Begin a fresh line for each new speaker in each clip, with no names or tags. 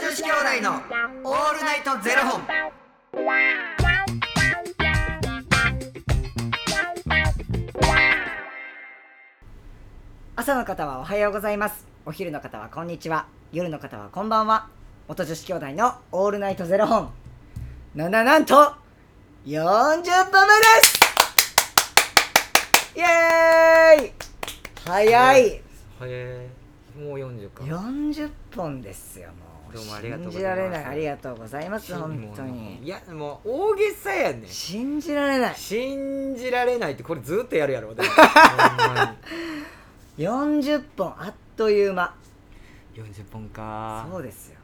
子兄弟のオールナイトゼロ本。
朝の方はおはようございますお昼の方はこんにちは夜の方はこんばんは元女子兄弟のオールナイトゼロ本なななんと40本目ですイエーイ早い
へえ、もう四十か。
40本ですよもう
どうもありがとうござ
信
います
じられないありがとうございます
もう
本当に
いや、もう大げさやねん。
信じられない
信じられないってこれずっとやるや ろ。でもほんま
40本あっという間
に40本か
そうですよ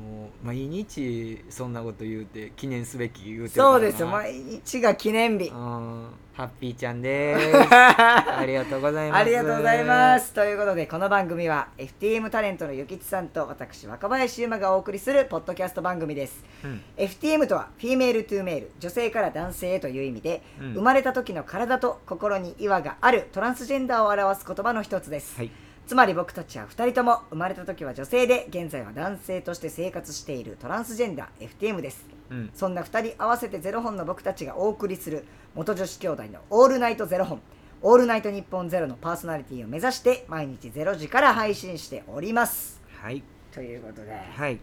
もう毎日そんなこと言うて記念すべき言うてるからな
そうですよ毎日が記念日
うんハッピーちゃんです ありがとうございます
ありがとうございますということでこの番組は FTM タレントのゆきちさんと私若林優馬がお送りするポッドキャスト番組です
うん
FTM とはフィメールトゥーメール女性から男性へという意味で、
うん
生まれた時の体と心に違和があるトランスジェンダーを表す言葉の一つです、
はい
つまり僕たちは2人とも生まれた時は女性で現在は男性として生活しているトランスジェンダー FTM です
うん
そんな2人合わせてゼロ本の僕たちがお送りする元女子兄弟の「オールナイトゼロ本」「オールナイトニッポンゼロのパーソナリティを目指して毎日ゼロ時から配信しております
はい
ということで
はい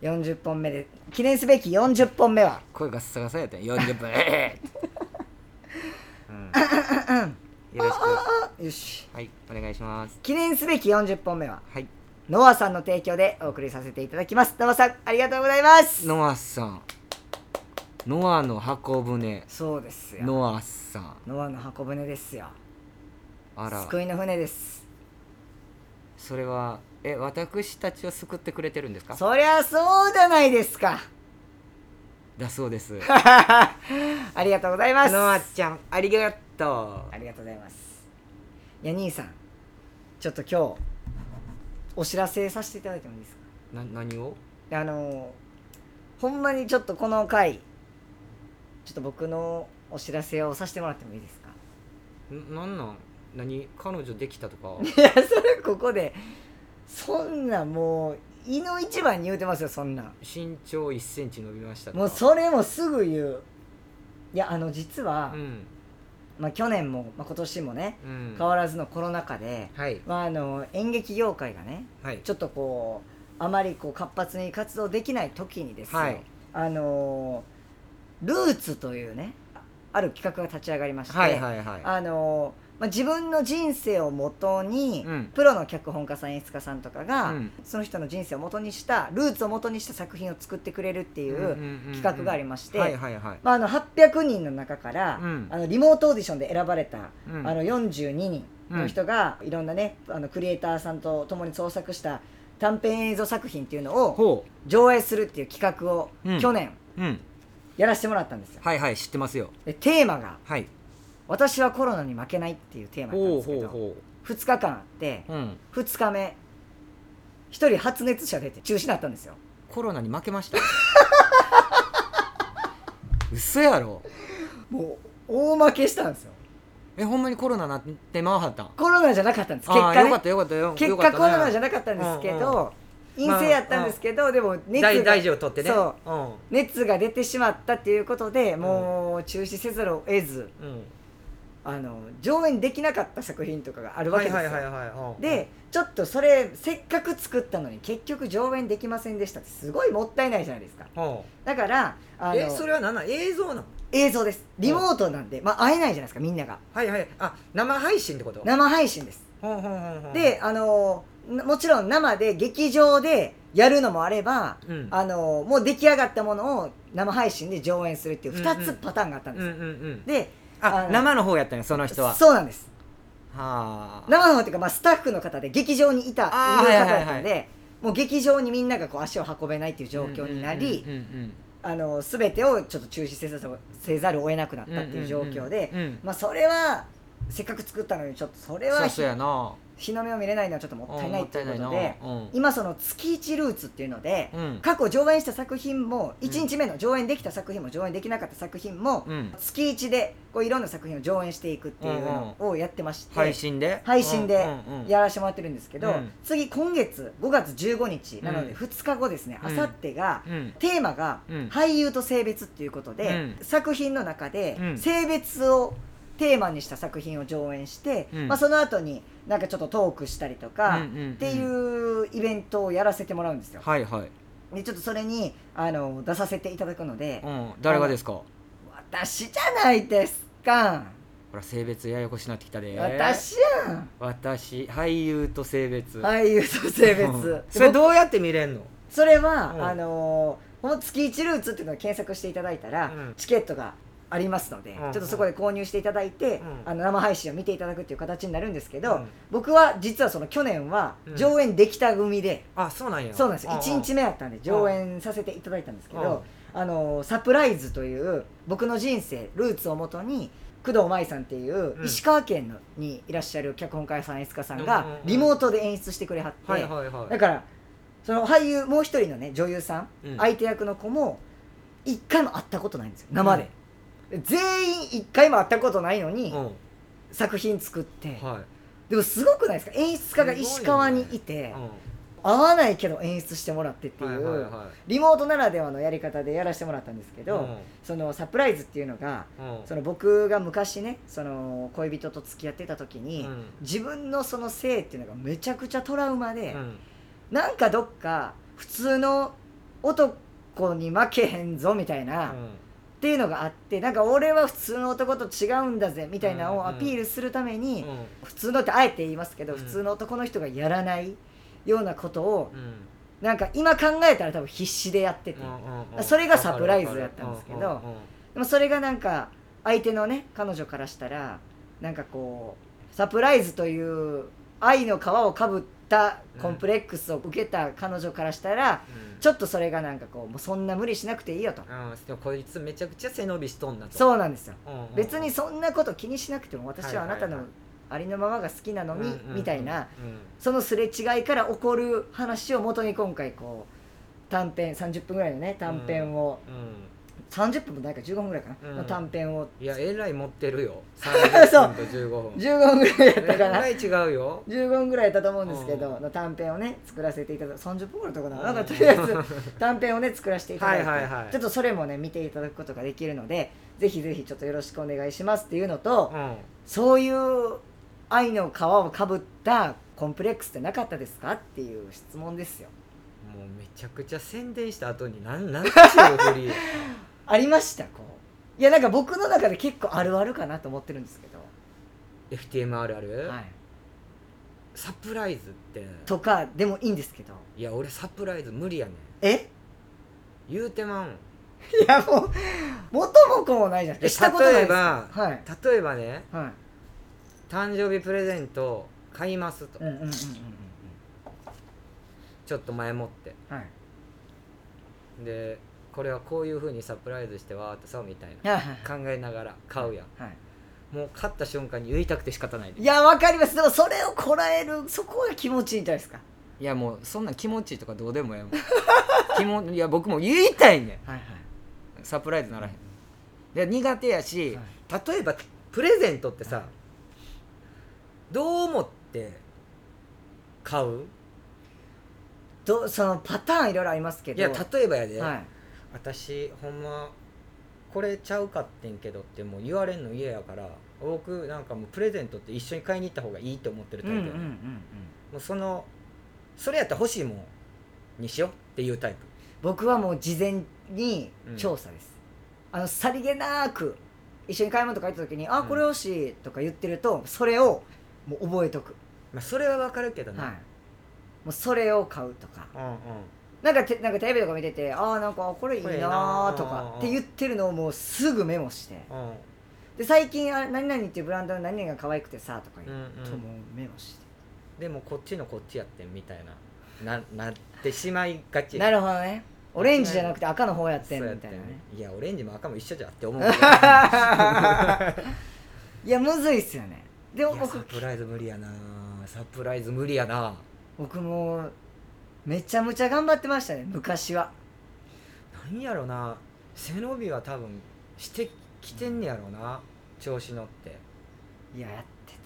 40本目で記念すべき40本目は
声がッサガサやったん40分 ええうんよろしく
あよし
はいお願いします
記念すべき40本目は
はい
ノアさんの提供でお送りさせていただきますノアさんありがとうございます
ノアさんノアの箱舟
そうですよ
ノアさん
ノアの箱舟ですよ
あら
救いの船です
それはえ私たちを救ってくれてるんですか
そりゃそうじゃないですか
だそうです
ありがとうございます
ノアちゃんありがと
ありがとうございます。いや、兄さん、ちょっと今日、お知らせさせていただいてもいいですか
うな何を
であのー、ほんまにちょっとこの回、ちょっと僕のお知らせをさせてもらってもいいですか
んなんなん何彼女できた とか
いや、それここで、そんなもう、胃の一番に言うてますよ、そんなん。
身長1センチ伸びましたとか
もうそれもすぐ言う。いや、あの、実は、
うん
まあ去年も、まあ、今年もね、
うん
変わらずのコロナ禍で、
はい
まあ、あの演劇業界がね、
はい
ちょっとこうあまりこう活発に活動できない時にですね、
はい
あのールーツというねある企画が立ち上がりまして、
はいはいは
あのーまあ、自分の人生をもとに、
うん
プロの脚本家さん演出家さんとかが、
うん
その人の人生をもとにしたルーツをもとにした作品を作ってくれるって
い
いううん
うんうんうん
企画がありまして、
はいはいはい
まあ、あの800人の中から、
うん
あのリモートオーディションで選ばれた、
うん
あの42人の人が、いろんなねあのクリエイターさんと共に創作した短編映像作品っていうのを
ほ
上映するっていう企画を、
うん
去年
ううん
やらせてもらったんですよ
はいはい知ってますよ
でテーマが
はい
「私はコロナに負けない」っていうテーマだったん
ほ
で
う
すけ
ほう
ど
ほ
2日間あって
ううん
2日目1人発熱者出て中止になったんですよ
コロナに負けました 嘘やろ
もう大負けしたんですよ
えほんまにコロナなってまわはったん
コロナじゃなかったんです結
あ
果ね
ーよかったよかったよ
結果コロナじゃ
ゃ
なかったんですけ
うん
ど、陰性やったんですけど、でも熱
大
が
大事を取ってね、
そう
ん
熱が出てしまったっていうことでもう中止せざるを得ず
うん、
あの上演できなかった作品とかがあるわけですよ、
はい
でちょっとそれせっかく作ったのに結局上演できませんでしたってすごいもったいないじゃないですかだからあ
え
の
それは何なん映像なの
映像ですリモートなんで、まあ、会えないじゃないですかみんなが
はいはいあ生配信ってこと
生配信です
ほんほんほんほん
であのなもちろん生で劇場でやるのもあれば、
うん
あのもう出来上がったものを生配信で上演するっていう2
うんう
つ
ん
パターンがあったん
うん
で
う
す
んう
よ、
ん
であ
あ
の
生の方やったんやその人は
そうなんです
はあ
生の方っていうか、まあ、スタッフの方で劇場にいた
あー
いる方だった
はいは
ん
い
で、もう劇場にみんながこう足を運べないっていう状況になり、
うんうん
あの全てをちょっと中止せざるせざるを得なくなったっていう状況で、
うんうんうんうん
まあ、それはせっかく作ったのにちょっとそれ
うん
は
そうそうやな
日の目を見れないのはちょっともったいないということで
うんもったい
今その月1ルーツっていうので
ないなうん
過去上演した作品も1日目の上演できた作品も上演できなかった作品も
うん、うん、
月1でこういろんな作品を上演していくっていうのをやってまして、
配信で
配信で
うんうんうん
やらせてもらってるんですけど、
うん
次今月5月15日なので
うん
2日後ですね
う
あ
ん
さってが
うん
テーマが
うん
俳優と性別っていうことで、
うん
作品の中で
うん
性別をテーマにした作品を上演して、
うん
まあ、その後になんかちょっとトークしたりとか、
うんうん
っていうイベントをやらせてもらうんですよ。
はいはい、
でちょっとそれにあの出させていただくので、
うん、誰がですかほ
私じゃないですか、
ら性別ややこしなってきたで
私やん
私俳優と性別
俳優と性別、
うんそれどうやって見れんの
それは、
うん
あのーこの月一ルーツっていうのを検索していただいたら、
うん
チケットがありますので、
うん
ちょっとそこで購入していただいて、
うん
あの生配信を見ていただくっていう形になるんですけど、
うん
僕は実はその去年は
うん
上演できた組で、
あそうなんや
そうなんです1日
目
目やったんで上演させていただいたんですけど、あのーサプライズという僕の人生ルーツをもとに工藤舞さんっていう
うん
石川県のにいらっしゃる脚本家さん演出家さん
うんうん
が
うん
リモートで演出してくれはって、
はいはいは
だ
い
からその俳優もう一人のね女優さん、
うん
相手役の子も一回も会ったことないんですよ生で、全員一回も会ったことないのに、
うん
作品作って
は
でもすごくないですか演出家が石川にい
い
て
うん
会わないけど演出してもらってってい、
はいうはいは
リモートならではのやり方でやらせてもらったんですけ
い
ど、そのサプライズっていうのが
うんうん
その僕が昔ねその恋人と付き合ってた時に、
うん
自分のその性っていうのがめちゃくちゃトラウマで。
うん
なんかどっか普通の男に負けへんぞみたいな、
う
っ
ん
ていうのがあってなんか俺は普通の男と違うんだぜみたいなのをアピールするために、
うん
普通のってあえて言いますけど、
うん
普通の男の人がやらないようなことを
うん
なんか今考えたら多分必死でやってて、
うんうん
それがサプライズやったんですけど
うんうんうん
でもそれがなんか相手のね彼女からしたらなんかこうサプライズという愛の皮をかぶったコンプレックスを受けた彼女からしたら、
うん
ちょっとそれがなんかこうもうそんな無理しなくていいよと
うんでもこいつめちゃくちゃ背伸びしとんなと
そうなんですよ
うんうんうん
別にそんなこと気にしなくても私はあなた
は
の
いは
ありのままが好きなの
うん
に
うんうん
みたいな
うん
そのすれ違いから起こる話を元に今回こう短編30分ぐらいのね短編を
うん
30分もないか15分ぐらいかな
うん
の短編を
いやえらい持って るよ
そう
30分と15分
15分ぐらいやったか
え
な
らい違うよ
15分ぐらいやったと思うんですけど
う
の短編をね作らせていただく30分ぐらいだったかななんかとりあえず 短編をね作らせていただいて、
はいはいはい
ちょっとそれもね見ていただくことができるのでぜひぜひちょっとよろしくお願いしますっていうのと、
うん
そういう愛の皮をかぶったコンプレックスってなかったですかっていう質問ですよ
もうめちゃくちゃ宣伝した後になんなんていうふり
ありましたこういやなんか僕の中で結構あるあるかなと思ってるんですけど、
FTM あるある、
はい、
サプライズって
とかでもいいんですけど
いや俺サプライズ無理やねん
え
言うてまうん
いやもう 元も子もないじゃない
で
ですかしたことない
例
で
え
すか
ば
はい
例えばね
はい
誕生日プレゼント買いますと、
うんうんうんうん
ちょっと前もって
うんはい
でこれはこういうふうにサプライズしてわーってさみたいな
はいはい
考えながら買うやん
はい
もう買った瞬間に言いたくて仕方ないで
いや、わかります。でも、それをこらえる、そこが気持ちいいんじゃないですか。
いやもうそんなん気持ちいいとかどうでもええもん 気もいや僕も言いたいねん
はい
サプライズならへんで苦手やし、
は
例えばプレゼントってさ、
はい
どう思って買う
どそのパターンいろいろありますけ
い
ど。
や例えばやで、
はい。
私ほんまこれちゃうかってんけどってもう言われんの嫌やから僕なんかもうプレゼントって一緒に買いに行った方がいいと思ってるタ
う
イ
んう
プ
んう
や
ん
ね、
うん。
もうそのそれやったら欲しいもんにしようっていうタイプ
僕はもう事前に
うん
調査です。あの、さりげなく、一緒に買い物とか行った時に、あ、
うん
これ欲しいとか言ってると、それをもう覚えとく。
まあ、それはわかるけどね、
はい。もうそれを買うとか。
うんうん
なんかて、なんかテレビとか見てて、ああ、なんかこれいい
これいい
な
な
ー
ー
とかって言ってるのをもうすぐメモして。
うん
で、最近、あ何々っていうブランドの何々が可愛くてさ、とか
う
言
ん
っ
うん
て、ともうメモして。
でもこっちのこっちやってんみたいなななってしまいがち
なるほどねオレンジじゃなくて赤の方やってん
そうや
み
ったて
い
ん
なね
いやオレンジも赤も一緒じゃって思 うけどいや
いやむずいっすよねでも
サ
僕
プライズ無理やな前サプライズ無理やな
僕もめちゃむちゃ頑張ってましたね昔は
なんやろな背伸びは多分してきてんねやろな調子乗って
いややってた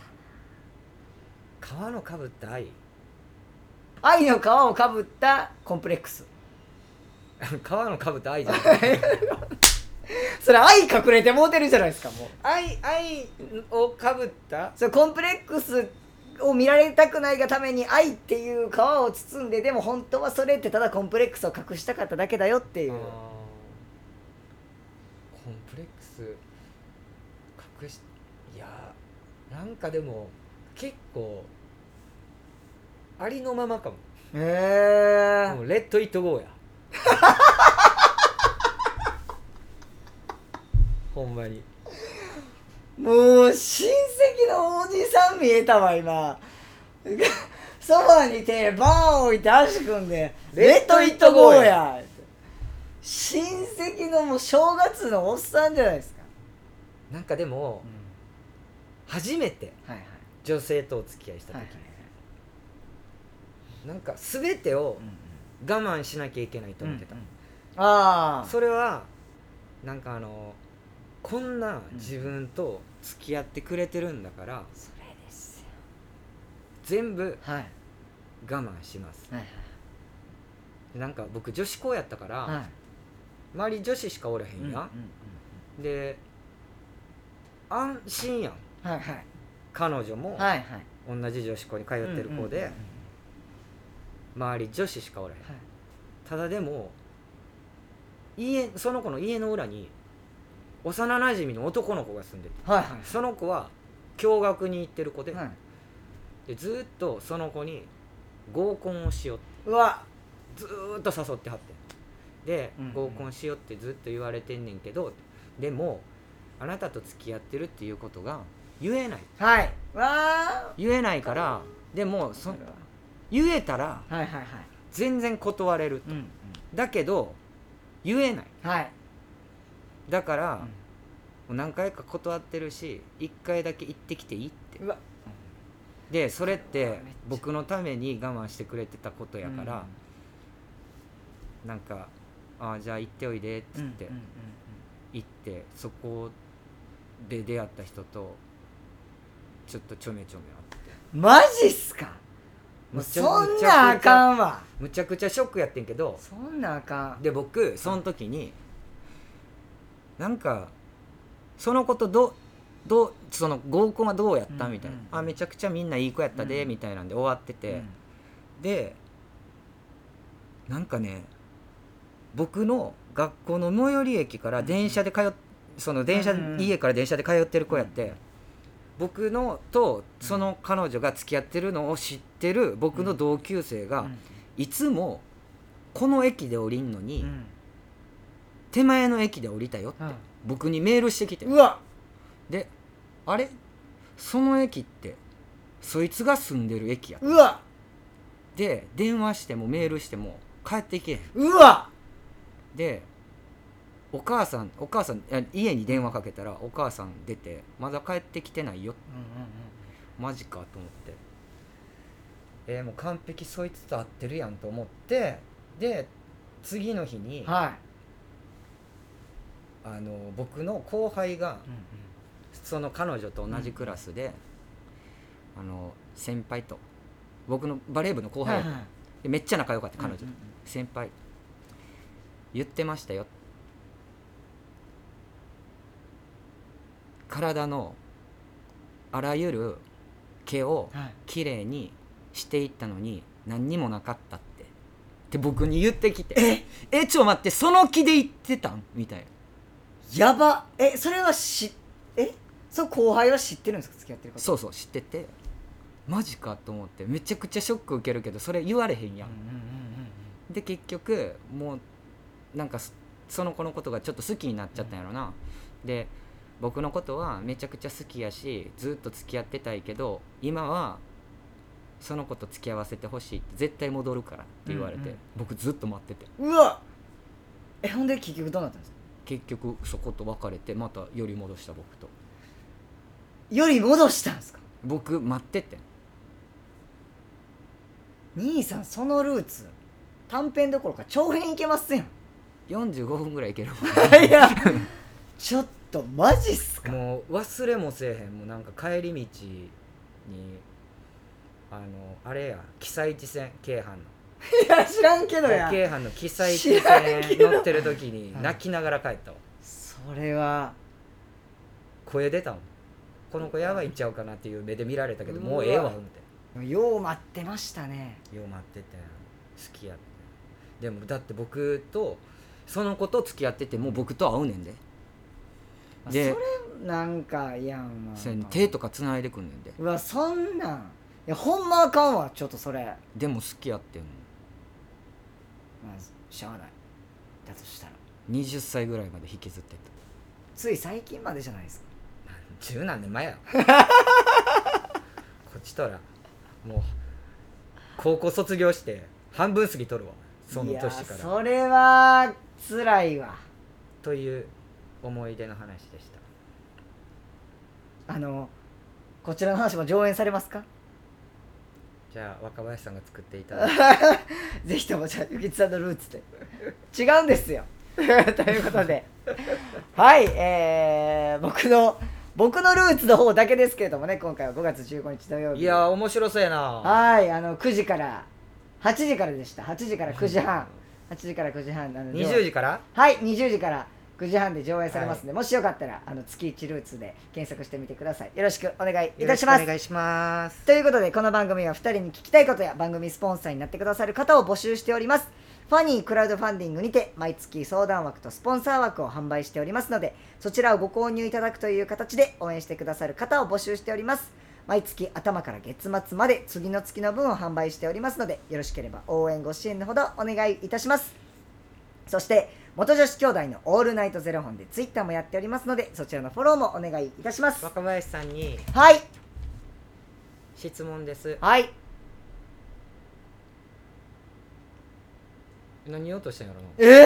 皮のかぶった愛
愛の皮をかぶったコンプレックス
皮のかぶった愛 じゃない
それ愛隠れてもうてるじゃないですかもう
愛愛をかぶった
それコンプレックスを見られたくないがために愛っていう皮を包んででも本当はそれってただコンプレックスを隠したかっただけだよっていう
あーコンプレックス隠しいやーなんかでも結構ありのままかも
へえ
もうレッド・イット・ゴーやほんまに
もう親戚のおじさん見えたわ今 ソファに手バーン置いて足組んで「レ
レ
ッ
ッ
ド・
ド
イ
イ
ッ
ッ
ト・
ト
ゴ
ゴ
ー
ー
や」親戚のもう正月のおっさんじゃないですか、
なんかでも初めて
はいはい
女性とお付き合いした時、なんか全てを我慢しなきゃいけないと思ってた、
ああ
それはなんかあのこんな自分と付き合ってくれてるんだから、
それですよ
全部
はい
我慢します
はい
なんか僕女子校やったから、
はいはい
周り女子しかおらへんや、ん、で安心やん
はいはい
彼女も
はいはい
同じ女子校に通ってる子で、
うんうんうん
周り女子しかおらへん、
はい
ただでも家その子の家の裏に幼なじみの男の子が住んでて
はいはい
その子は共学に行ってる子で,、
はい
でずーっとその子に合コンをしよう
うわ
ずーっと誘ってはってんで、
うんうん
合コンしようってずっと言われてんねんけどでもあなたと付き合ってるっていうことが言えない
はいわ
言えないからでも
ー
そ言えたら
はいはいはい
全然断れる
うんうん
だけど言えない
はい
だから、もう何回か断ってるし1回だけ行ってきていいって
うわ
でそれって
めっちゃ
僕のために我慢してくれてたことやから、なんか「ああじゃあ行っておいで」っつって、
うんうんうん
行ってそこで出会った人とちょっとちょめちょめあって
うんマジっすかもう
むちゃ
そん
むち
な
ゃ
あ
くちゃ
かんわ
むちゃくちゃショックやってんけど
そんなあかん
で僕その時になんかその子とどうどうその合コンはどうやったみたいな、
うんうんうん
あめちゃくちゃみんないい子やったで、
うん
みたいなんで終わってて、でなんかね僕の学校の最寄り駅から電車で通っその電車、
うんうん
家から電車で通ってる子やって、僕のとその彼女が付き合ってるのを知ってる僕の同級生が、
うん
いつもこの駅で降りんのに、
うん
手前の駅で降りたよって
うん
僕にメールしてきて
うわ
であれその駅ってそいつが住んでる駅や
うわ
で電話してもメールしても帰ってけへん
うわ
でお母さんお母さんいや家に電話かけたらお母さん出てまだ帰ってきてないよマジかと思ってえーもう完璧そいつと会ってるやんと思ってで次の日に
は
あの僕の後輩が
い
その彼女と同じクラスで、あの先輩と僕のバレー部の後輩、
はいはい
でめっちゃ仲良かった彼女と、
うんうんうん
先輩言ってましたよ体のあらゆる毛を
はい
きれいにしていったのに何にもなかったってって僕に言ってきて「ええちょ待ってその気で言ってたん?」みたいな
やばえそれはしえその後輩は知ってるんですか付き合ってること
そうそう知っててマジかと思ってめちゃくちゃショック受けるけどそれ言われへんやん、で結局もうなんかそその子のことがちょっと好きになっちゃったんやろな、で僕のことはめちゃくちゃ好きやしずっと付き合ってたいけど今はその子と付き合わせてほしいって絶対戻るからって言われて、
うんうん
僕ずっと待ってて
うわえほんで結局どうなったんですか
結局そこと別れてまたより戻した僕と
より戻したんですか
僕待っててん
兄さんそのルーツ短編どころか長編いけますやん
45分ぐらいいける
いや ちょっとマジっす
もん
か
もう忘れもせえへんもうなんか帰り道にあのあれや記載地線京阪の
いや知らんけどや
京阪の記載地
知らんけ
線
ど
乗ってる時に
はい
泣きながら帰ったわ
それは
声出たもんこの子やばいんちゃうかなっていう目で見られたけど
うわ
もうええわ思って
よう待ってましたね
よう待ってて好きやってでもだって僕とその子と付き合っててもう僕と会うねんで、
まあ
で
それなんかいやん、まあ
それに手とかつないでくんねんで
うわそんなんいやほんまあかんわちょっとそれ、ま
でも好きやってんの
あ、しゃあないだとしたら
20歳ぐらいまで引きずってた
つい最近までじゃないですか
十何年前 やこっちとらもう高校卒業して半分過ぎとるわその
い
年
や
から
それは辛いわ
という思い出の話でした
あのこちらの話も上演されますか
じゃあ若林さんが作っていただいて
ぜひともじゃあゆきつさんのルーツで違うんですよ ということではいえー、僕の僕のルーツの方だけですけれどもね今回は5月15日土曜日
いやー面白そうやな
はいあの9時から8時からでした8時から9時半8時から9時半なので
20時から
はい、20時から9時半で上映されますので、もしよかったらあの月1ルーツで検索してみてください。よろしくお願いいたします。
よろくお願いします
ということで、この番組は2人に聞きたいことや番組スポンサーになってくださる方を募集しております。ファニークラウドファンディングにて毎月相談枠とスポンサー枠を販売しておりますので、そちらをご購入いただくという形で応援してくださる方を募集しております。毎月頭から月末まで次の月の分を販売しておりますので、よろしければ応援ご支援のほどお願いいたします。そして、元女子兄弟のオールナイトゼロ本でツイッターもやっておりますので、そちらのフォローもお願いいたします。
若林さんに
はい、
質問です
はい。
何言おうとしたんやろ
えー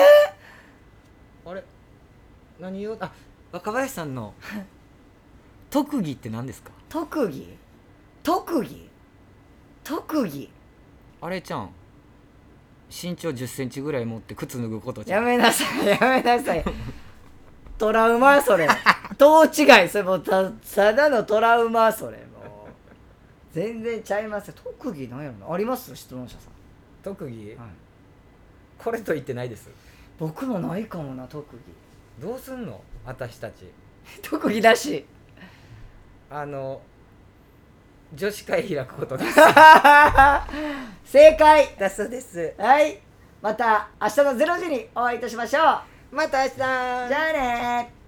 なあれ何言おうあ若林さ んの特技って何ですか
特技特技特技
あれちゃん身長1 0センチぐらい持って靴脱ぐことじゃ
や
ん
めなさい やめなさいトラウマそれ等違いそれもうたただのトラウマそれもう全然ちゃいますよ特技なんやろなあります質問者さん、
特技これと言ってないです
僕もないかもな特技
どうすんの私たち
特技だし
あの女子会開くことです
正解
だそうです
はいまた明日の0時にお会いいたしましょう
また明日
じゃあねー